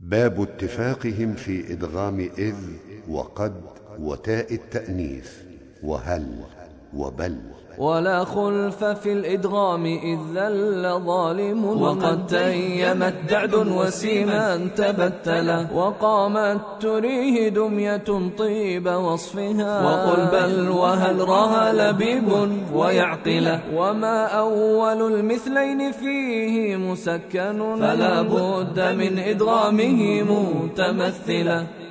باب اتفاقهم في إدغام إذ وقد وتاء التأنيث وهل وبل ولا خلف في الإدغام إذ ذل ظالم وقد تيمت دعد وسيما تبتلا وقامت تريه دمية طيب وصفها وقل بل وهل رها لبيب ويعقله وما أول المثلين فيه مسكن فلا بد من إدغامه متمثلا